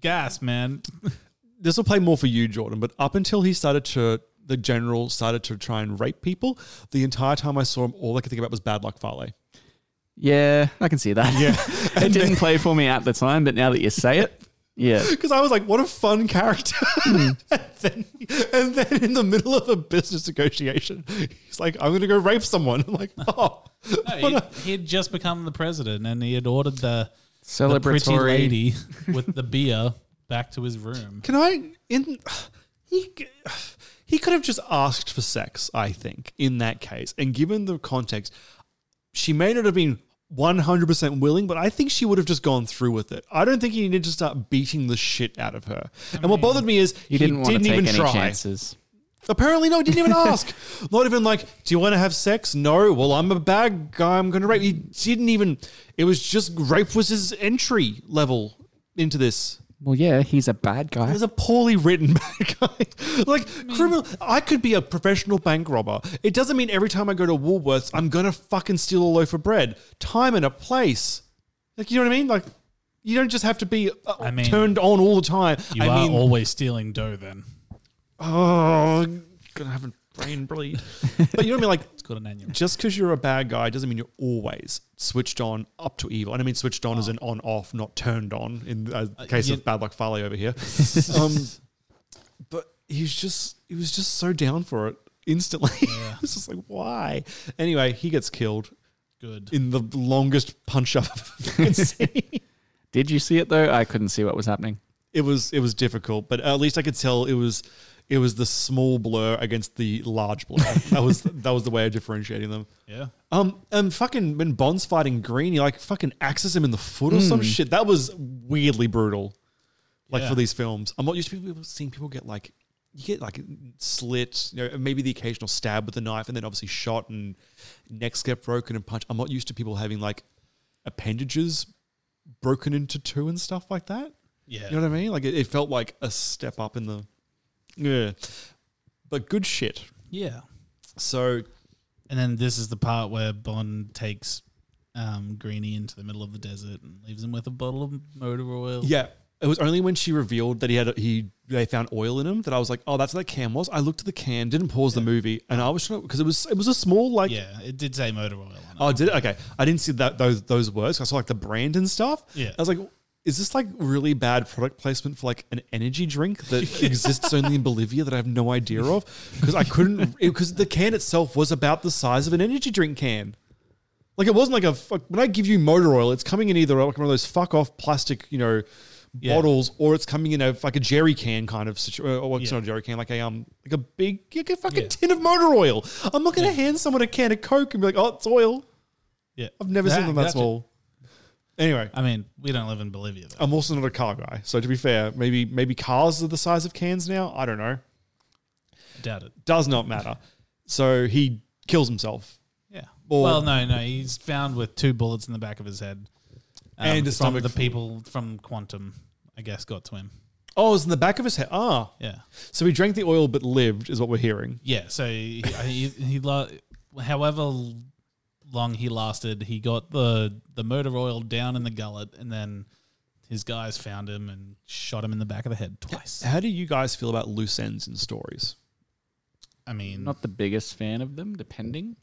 gas, man.
this will play more for you, Jordan, but up until he started to, the general started to try and rape people, the entire time I saw him, all I could think about was Bad Luck Farley.
Yeah, I can see that. Yeah. it didn't play for me at the time, but now that you say it, yeah.
Because I was like, what a fun character. and, then, and then in the middle of a business negotiation, he's like, I'm going to go rape someone. I'm like, oh.
No, he, he had just become the president, and he had ordered the, the pretty
Celebratory.
lady with the beer back to his room.
Can I, in, he, he could have just asked for sex, I think, in that case. And given the context, she may not have been 100% willing, but I think she would have just gone through with it. I don't think he needed to start beating the shit out of her. and what bothered me is
Mm. He didn't, want to take
even
any
try.
chances.
Apparently, no, he didn't even ask. Not even like, do you want to have sex? No. Well, I'm a bad guy. I'm going to rape. He didn't even. It was just rape was his entry level into this.
Well, yeah, he's a bad guy.
It was a poorly written bad guy. like criminal. I could be a professional bank robber. It doesn't mean every time I go to Woolworths, I'm gonna fucking steal a loaf of bread. Time and a place. Like you know what I mean? Like you don't just have to be uh,
I mean,
turned on all the time.
You
I
are
mean,
always stealing dough, then.
oh, I'm gonna have a brain bleed. but you know what I mean? Like
It's called an annual.
just because you're a bad guy doesn't mean you're always switched on up to evil. And I mean switched on as in on off, not turned on in the uh, case
yeah.
of bad luck Farley over here. um, but he's just he was just so down for it instantly. it's just like why? Anyway, he gets killed
Good.
in the longest punch up I've ever seen.
Did you see it though? I couldn't see what was happening.
It was it was difficult, but at least I could tell it was it was the small blur against the large blur. that was that was the way of differentiating them.
Yeah.
Um, and fucking when Bond's fighting Green, he like fucking axes him in the foot or some shit. That was weirdly brutal. Like
Yeah.
for these films, I'm not used to people seeing people get like you get like slit, you know, maybe the occasional stab with a knife, and then obviously shot and necks get broken and punched. I'm not used to people having like appendages broken into two and stuff like that.
Yeah.
You know what I mean? Like it, it felt like a step up in the yeah, but good shit.
yeah.
So
And then this is the part where Bond takes um, Greenie into the middle of the desert and leaves him with a bottle of motor oil.
yeah, it was only when she revealed that he had he they found oil in him that I was like, oh, that's what that can was. I looked at the can, didn't pause the movie, and I was trying because it was it was a small like
Yeah, it did say motor oil on it.
Oh, did it? Okay, I didn't see that those those words. I saw like the brand and stuff.
Yeah.
I was like, is this like really bad product placement for like an energy drink that exists only in Bolivia that I have no idea of? Because I couldn't because the can itself was about the size of an energy drink can. Like it wasn't like a fuck, when I give you motor oil, it's coming in either like one of those fuck off plastic, you know. Bottles, or it's coming in a like a jerry can kind of situation, or it's
Yeah.
not a jerry can, like a um, like a big, like a fucking
Yeah.
tin of motor oil. I'm not gonna hand someone a can of Coke and be like, "Oh, it's oil."
Yeah,
I've never seen
Ah,
them that
gotcha.
small. Anyway,
I mean, we don't live in Bolivia though.
I'm also not a car guy, so to be fair, maybe maybe cars are the size of cans now. I don't know.
I doubt it.
Does not matter. So he kills himself
Yeah.
Or-
well, no, no, he's found with two bullets in the back of his head. um,
And his
from
stomach
the
full.
people from Quantum, I guess, got to him.
Oh, it's in the back of his head. Ah,
Yeah.
so he drank the oil but lived, is what we're hearing.
Yeah. So he, he, he la- however long he lasted, he got the the motor oil down in the gullet, and then his guys found him and shot him in the back of the head twice.
How do you guys feel about loose ends in stories?
I mean,
Not the biggest fan of them, depending.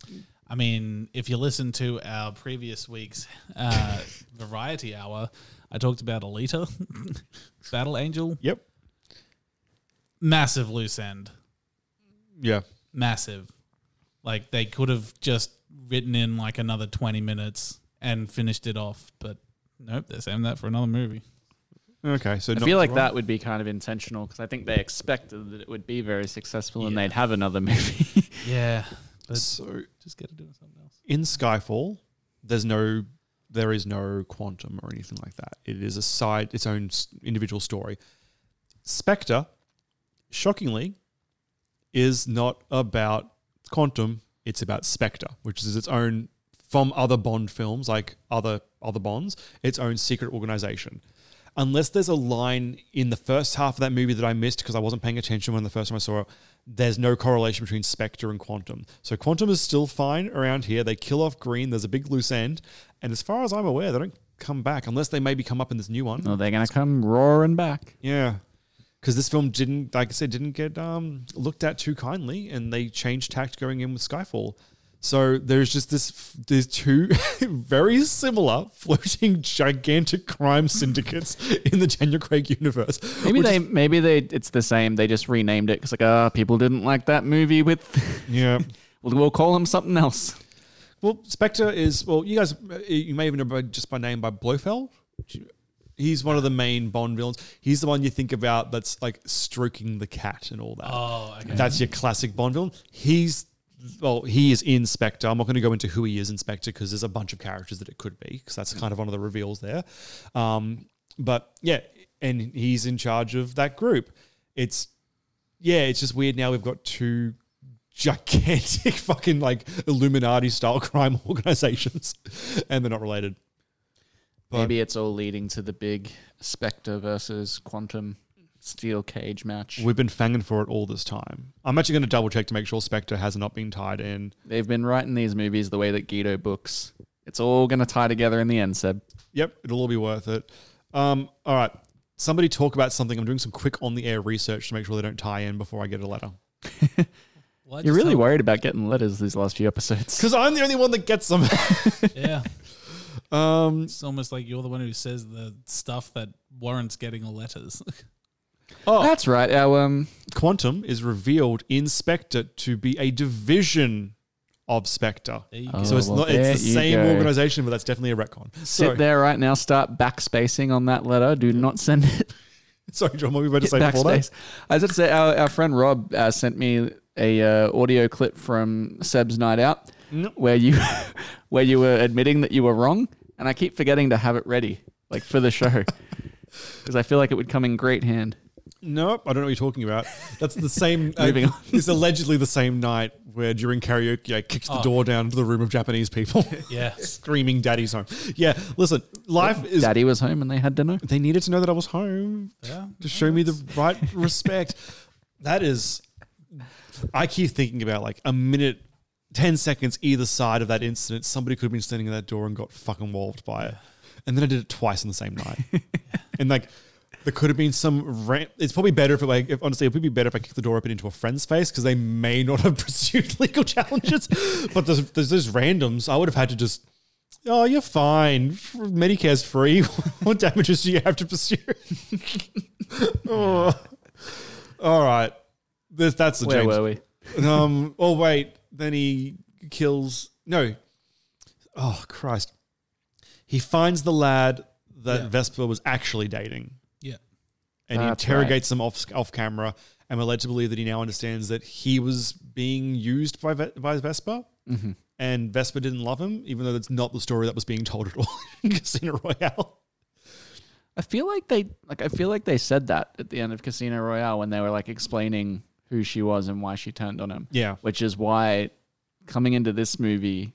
I mean, if you listen to our previous week's uh, variety hour, I talked about Alita, Battle Angel,
Yep.
massive loose end,
Yeah.
massive. Like they could have just written in like another twenty minutes and finished it off, but nope, they're saving that for another movie.
Okay. So
I feel like that would be kind of intentional because I think they expected that it would be very successful and
Yeah.
they'd have another movie.
Yeah, but
So
just get it doing something else.
in Skyfall, there's no, there is no quantum or anything like that. It is a side, its own s- individual story. Spectre, shockingly, is not about quantum. It's about Spectre, which is its own from other Bond films, like other other Bonds, its own secret organization. Unless there's a line in the first half of that movie that I missed because I wasn't paying attention when the first time I saw it, there's no correlation between Spectre and Quantum. So Quantum is still fine around here. They kill off Green. There's a big loose end, and as far as I'm aware, they don't come back unless they maybe come up in this new one.
well, they're going to come roaring back.
Yeah. Because this film didn't, like I said, didn't get um, looked at too kindly, and they changed tact going in with Skyfall. So there's just this, f- there's two very similar floating gigantic crime syndicates in the Daniel Craig universe.
Maybe
which
they,
is-
maybe they, it's the same. They just renamed it because like, ah, people didn't like that movie with.
yeah.
we'll, we'll call him something else.
Well, Spectre is, well, you guys, you may even know by, just by name by Blofeld. He's one of the main Bond villains. He's the one you think about that's like stroking the cat and all that.
Oh, okay.
That's your classic Bond villain. He's well, he is Inspector. I'm not going to go into who he is, Inspector, because there's a bunch of characters that it could be, because that's kind of one of the reveals there. Um, but yeah, and he's in charge of that group. It's yeah, it's just weird. Now we've got two gigantic fucking like Illuminati style crime organizations, and they're not related. But-
Maybe it's all leading to the big Spectre versus Quantum steel cage match.
We've been fanging for it all this time. I'm actually going to double check to make sure Spectre has not been tied in.
They've been writing these movies the way that Guido books. It's all going to tie together in the end, Seb.
Yep, it'll all be worth it. Um, all right. Somebody talk about something. I'm doing some quick on the air research to make sure they don't tie in before I get a letter.
Well, I
You're
just
really
told-
worried about getting letters these last few episodes.
Because I'm the only one that gets them.
Yeah,
um,
it's almost like you're the one who says the stuff that warrants getting all letters.
That's right. Our um,
Quantum is revealed in Spectre to be a division of Spectre.
There you
Oh,
so it's
well,
not it's the
there you
same
go.
organization, but that's definitely a retcon.
sit
Sorry,
there right now, start backspacing on that letter. Do not send it.
sorry, John, what were you about to
Hit
say before that?
backspace. I was about to say, our, our friend Rob uh, sent me a uh, audio clip from Seb's night out where you where you were admitting that you were wrong, and I keep forgetting to have it ready, like for the show, because I feel like it would come in great hand.
Nope, I don't know what you're talking about. That's the same. uh,
Moving on.
It's allegedly the same night where during karaoke I kicked the
Oh.
door down to the room of Japanese people.
Yeah.
Screaming, Daddy's home. Yeah, listen, life is.
Daddy was home and they had dinner.
They needed to know that I was home
Yeah.
to show me the right respect. That is. I keep thinking about like a minute, 10 seconds either side of that incident. Somebody could have been standing at that door and got fucking walloped by it. And then I did it twice on the same night. and like, there could have been some. Ran- it's probably better if, it, like, if honestly, it would be better if I kicked the door open into a friend's face because they may not have pursued legal challenges. but there's, there's those randoms. I would have had to just, oh, you're fine. Medicare's free. what damages do you have to pursue? oh. All right. This, that's the
Where
James
were we?
um. Oh wait. Then he kills. No. Oh Christ. He finds the lad that
Yeah.
Vespa was actually dating,
Yeah.
and he
That's
interrogates him off off camera. And we're led to believe that he now understands that he was being used by Ve- by Vespa, and Vespa didn't love him, even though that's not the story that was being told at all in Casino Royale.
I feel like they like I feel like they said that at the end of Casino Royale when they were like explaining who she was and why she turned on him.
Yeah.
Which is why coming into this movie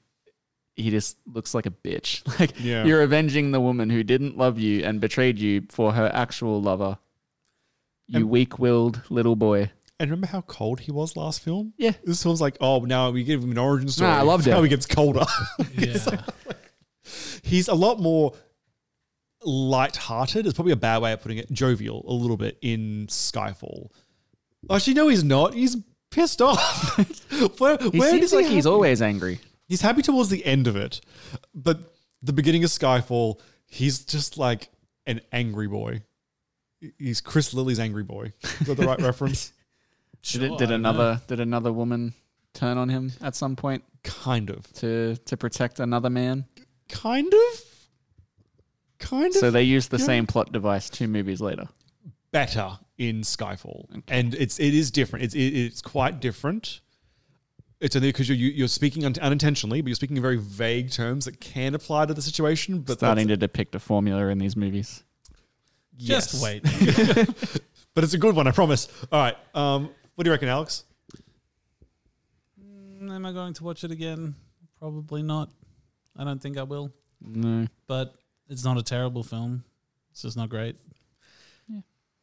he just looks like a bitch. Like
Yeah.
you're avenging the woman who didn't love you and betrayed you for her actual lover. You weak-willed little boy.
And remember how cold he was last film?
Yeah.
This film's like, oh, now we give him an origin story.
Nah, I loved
Now
it.
he gets colder.
Yeah.
he's a lot more light-hearted. It's probably a bad way of putting it. Jovial, a little bit in Skyfall. Actually, no, he's not. He's pissed off. where
He
where
seems
does
like
he
he's
have-
always angry.
he's happy towards the end of it, but the beginning of Skyfall, he's just like an angry boy. He's Chris Lilly's angry boy. Is that the right reference?
Did, it,
Sure,
did
I know.
another did another woman turn on him at some point
Kind of.
to to protect another man?
Kind of. Kind of.
So they used the same plot device two movies later.
better in Skyfall, and it's it is different. It's it, it's quite different. It's only because you're you- you're speaking un- unintentionally, but you're speaking in very vague terms that can apply to the situation. But
starting
that's-
to depict a formula in these movies.
yes.
Just wait.
but it's a good one, I promise. All right, um, what do you reckon, Alex?
Mm, Am I going to watch it again? Probably not. I don't think I will.
No,
But it's not a terrible film. It's just not great.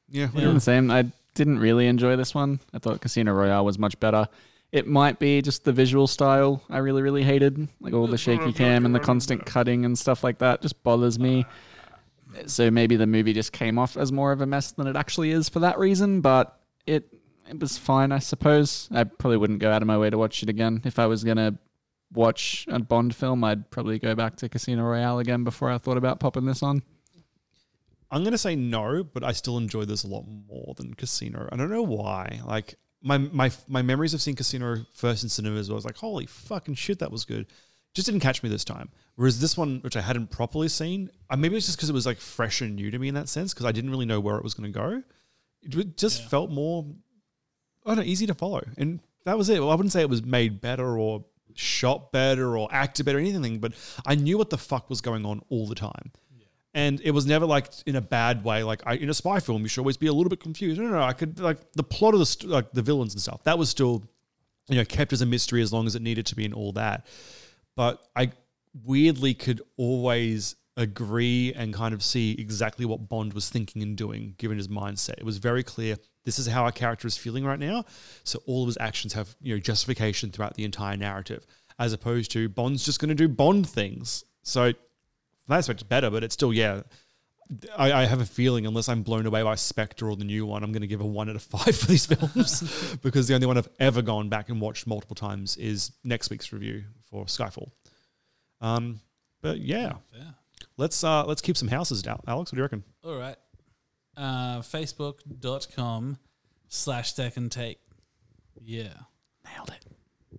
Yeah,
Yeah.
the same. I didn't really enjoy this one. I thought Casino Royale was much better. It might be just the visual style I really, really hated, like all the shaky cam and the constant cutting and stuff like that. Just bothers me. So maybe the movie just came off as more of a mess than it actually is for that reason. But it it was fine, I suppose. I probably wouldn't go out of my way to watch it again. If I was gonna watch a Bond film, I'd probably go back to Casino Royale again before I thought about popping this on.
I'm gonna say no, but I still enjoy this a lot more than Casino. I don't know why. Like my my my memories of seeing Casino first in cinemas, I was like, holy fucking shit, that was good. Just didn't catch me this time. Whereas this one, which I hadn't properly seen, uh, maybe it's just because it was like fresh and new to me in that sense, because I didn't really know where it was gonna go. It w- just felt more, I don't know, easy to follow, and that was it. Well, I wouldn't say it was made better or shot better or acted better or anything, but I knew what the fuck was going on all the time and it was never like in a bad way. Like I, in a spy film, you should always be a little bit confused. No, no, no. I could like the plot of the st- like the villains and stuff. That was still, you know, kept as a mystery as long as it needed to be and all that. But I weirdly could always agree and kind of see exactly what Bond was thinking and doing, given his mindset. It was very clear. This is how our character is feeling right now. So all of his actions have you know justification throughout the entire narrative, as opposed to Bond's just going to do Bond things. So from that aspect, it's better, but it's still, yeah. I, I have a feeling, unless I'm blown away by Spectre or the new one, I'm going to give a one out of five for these films because the only one I've ever gone back and watched multiple times is next week's review for Skyfall. Um, but yeah,
Yeah.
let's uh, let's keep some houses down. Alex, what do you reckon?
All right. Uh, Facebook.com slash deck and take. Yeah.
Nailed it.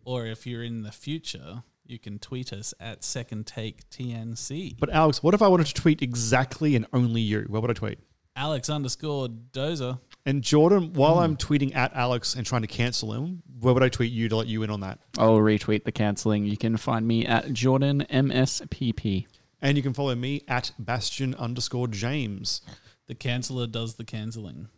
Or if you're in the future, you can tweet us at second take TNC.
But Alex, what if I wanted to tweet exactly and only you? What would I tweet?
Alex underscore Dozer.
And Jordan, while I'm tweeting at Alex and trying to cancel him, where would I tweet you to let you in on that?
I'll retweet the cancelling. You can find me at Jordan MSPP.
And you can follow me at Bastion underscore James.
The canceller does the cancelling.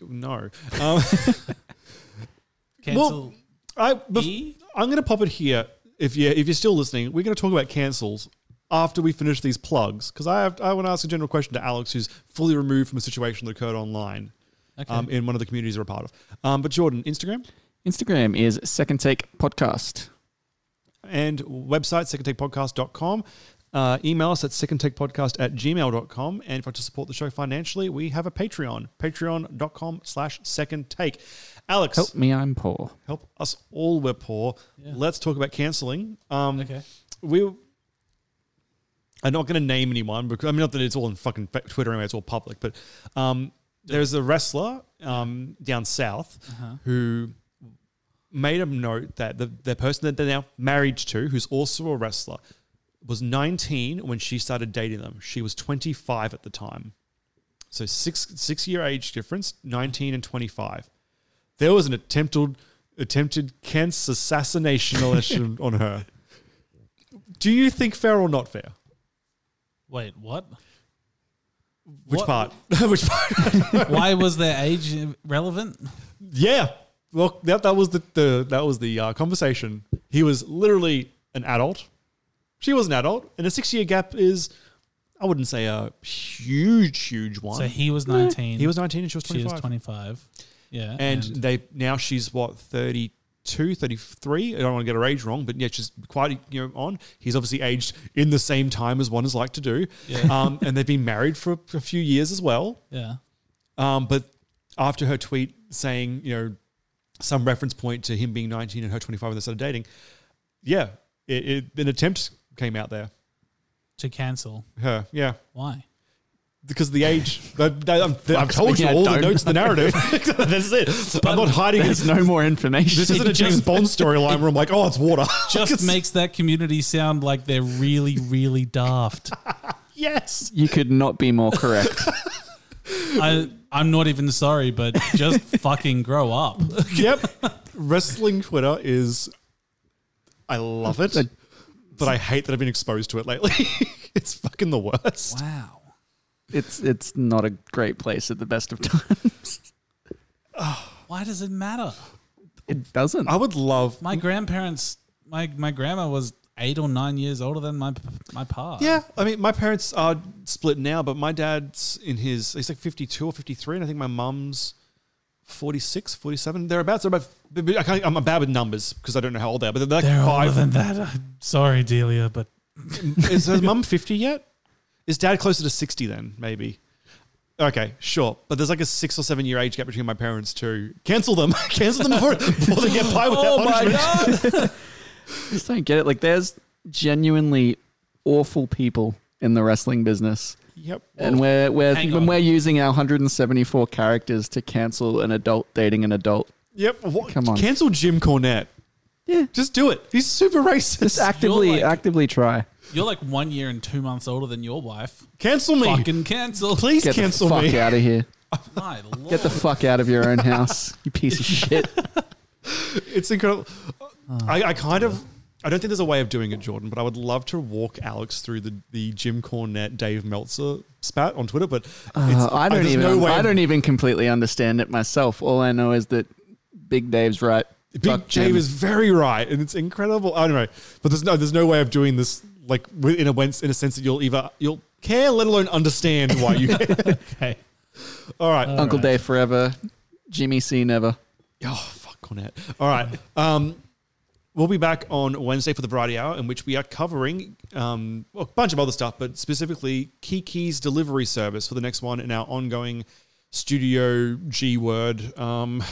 no. Um,
Cancel
I, bef-
E?
I'm going to pop it here. If you if you're still listening, we're going to talk about cancels after we finish these plugs because I have, I want to ask a general question to Alex, who's fully removed from a situation that occurred online, um, in one of the communities we're a part of. Um, but Jordan, Instagram
Instagram is Second Take Podcast.
and website secondtakepodcast.com. Uh, email us at secondtakepodcast at gmail.com. And if you'd like to support the show financially, we have a Patreon, patreon.com slash second take. Alex,
Help me, I'm poor.
help us all. We're poor. Let's talk about canceling. Um,
Okay.
we. I'm not going to name anyone because I mean, not that it's all in fucking fa- Twitter anyway; it's all public. But um, there's a wrestler um, down south who made a note that the, the person that they're now married to, who's also a wrestler, was 19 when she started dating them. She was 25 at the time, so six six year age difference, 19 and 25 there was an attempted attempted Kent's assassination election on her. Do you think fair or not fair?
Wait, what?
Which
What?
part? Which part?
Why was their age relevant?
yeah. Well, that, that was the, the that was the uh, conversation. He was literally an adult. She was an adult, and a six year gap is, I wouldn't say a huge, huge one.
So he was 19.
He was nineteen, and she was
She
twenty
was
five.
25. Yeah.
and they now she's what 32 33 i don't want to get her age wrong but yeah she's quite you know on he's obviously aged in the same time as one is like to do um, and they've been married for a few years as well
yeah.
um, but after her tweet saying you know some reference point to him being 19 and her 25 when they started dating yeah it, it, an attempt came out there
To cancel.
her yeah
Why?
because of the age, that, that- I'm- I've told you
yeah,
all the
don't.
notes, the narrative. That's it. I'm not hiding it.
There's no more information.
This isn't a James Bond storyline where I'm like, oh, it's water.
Just
It's-
makes that community sound like they're really, really daft.
yes.
You could not be more correct.
I, I'm not even sorry, but just fucking grow up.
Yep. Wrestling Twitter is. I love it, but I hate that I've been exposed to it lately. it's fucking the worst.
Wow.
it's it's not a great place at the best of times.
Why does it matter?
It doesn't.
I would love.
My grandparents, my my grandma was eight or nine years older than my my pa.
Yeah, I mean, my parents are split now, but my dad's in his, he's like 52 or 53, and I think my mum's 46, 47, thereabouts. They're about, I can't, I'm bad with numbers because I don't know how old they are, but they're like
They're older
five.
than that. I'm sorry, Delia, but
Is her mum 50 yet? Is dad closer to 60 then, maybe? Okay, sure. But there's like a six or seven year age gap between my parents too. Cancel them. Cancel them before, before they get by with
Oh
that punishment.
just don't get it. Like, there's genuinely awful people in the wrestling business,
Yep.
and we're we're
hang
when
on.
we're using our 174 characters to cancel an adult dating an adult.
yep. What-
Come on.
Cancel Jim Cornette.
Yeah.
Just do it. He's super
Just
racist.
actively
like-
actively try.
you're like one year and two months older than your wife.
cancel me.
Fucking cancel.
Please
Get
cancel
the fuck
me.
out of here.
My lord.
Get the fuck out of your own house, you piece of shit.
It's incredible.
Oh,
I, I kind of. I don't think there's a way of doing it, Jordan, but I would love to walk Alex through the, the Jim Cornette, Dave Meltzer spat on Twitter, but it's,
Uh, I don't
there's
even
no way
I
of
don't even completely understand it myself. All I know is that Big Dave's right.
Big
Fuck
Dave
Jim.
is very right, and it's incredible. I don't know, but there's no there's no way of doing this like wi- in a sense in a sense that you'll either you'll care, let alone understand why you. care.
Okay.
All right,
Uncle Dave forever. Jimmy C never.
Oh, fuck Cornette. All right. Um, we'll be back on Wednesday for the Variety Hour, in which we are covering um, a bunch of other stuff, but specifically Kiki's delivery service for the next one in our ongoing Studio G Word. Um,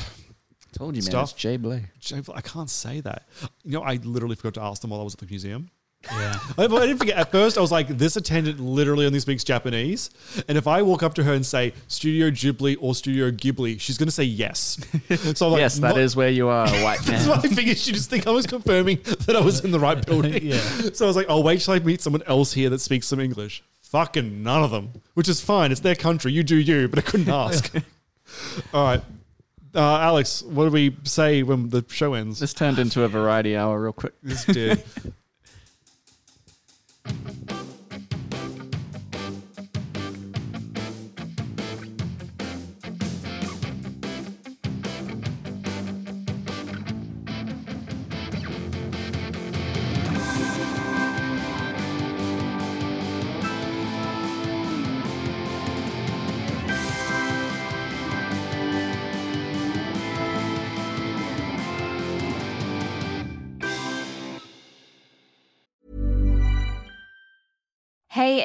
Told you, man.
Stuff.
It's Jay Blay.
I can't say that. You know, I literally forgot to ask them while I was at the museum.
Yeah.
I, I didn't forget. At first, I was like, this attendant literally only speaks Japanese. And if I walk up to her and say Studio Ghibli or Studio Ghibli, she's going to say yes. So I'm like,
yes, that
not-
is where you are, white
That's
man.
why I figured she just think I was confirming that I was in the right building.
Yeah.
So I was like, I'll wait till I meet someone else here that speaks some English. Fucking none of them, which is fine. It's their country. You do you, but I couldn't ask. All right. Uh, Alex, what do we say when the show ends?
this turned into a variety hour real quick.
This did.
Hey,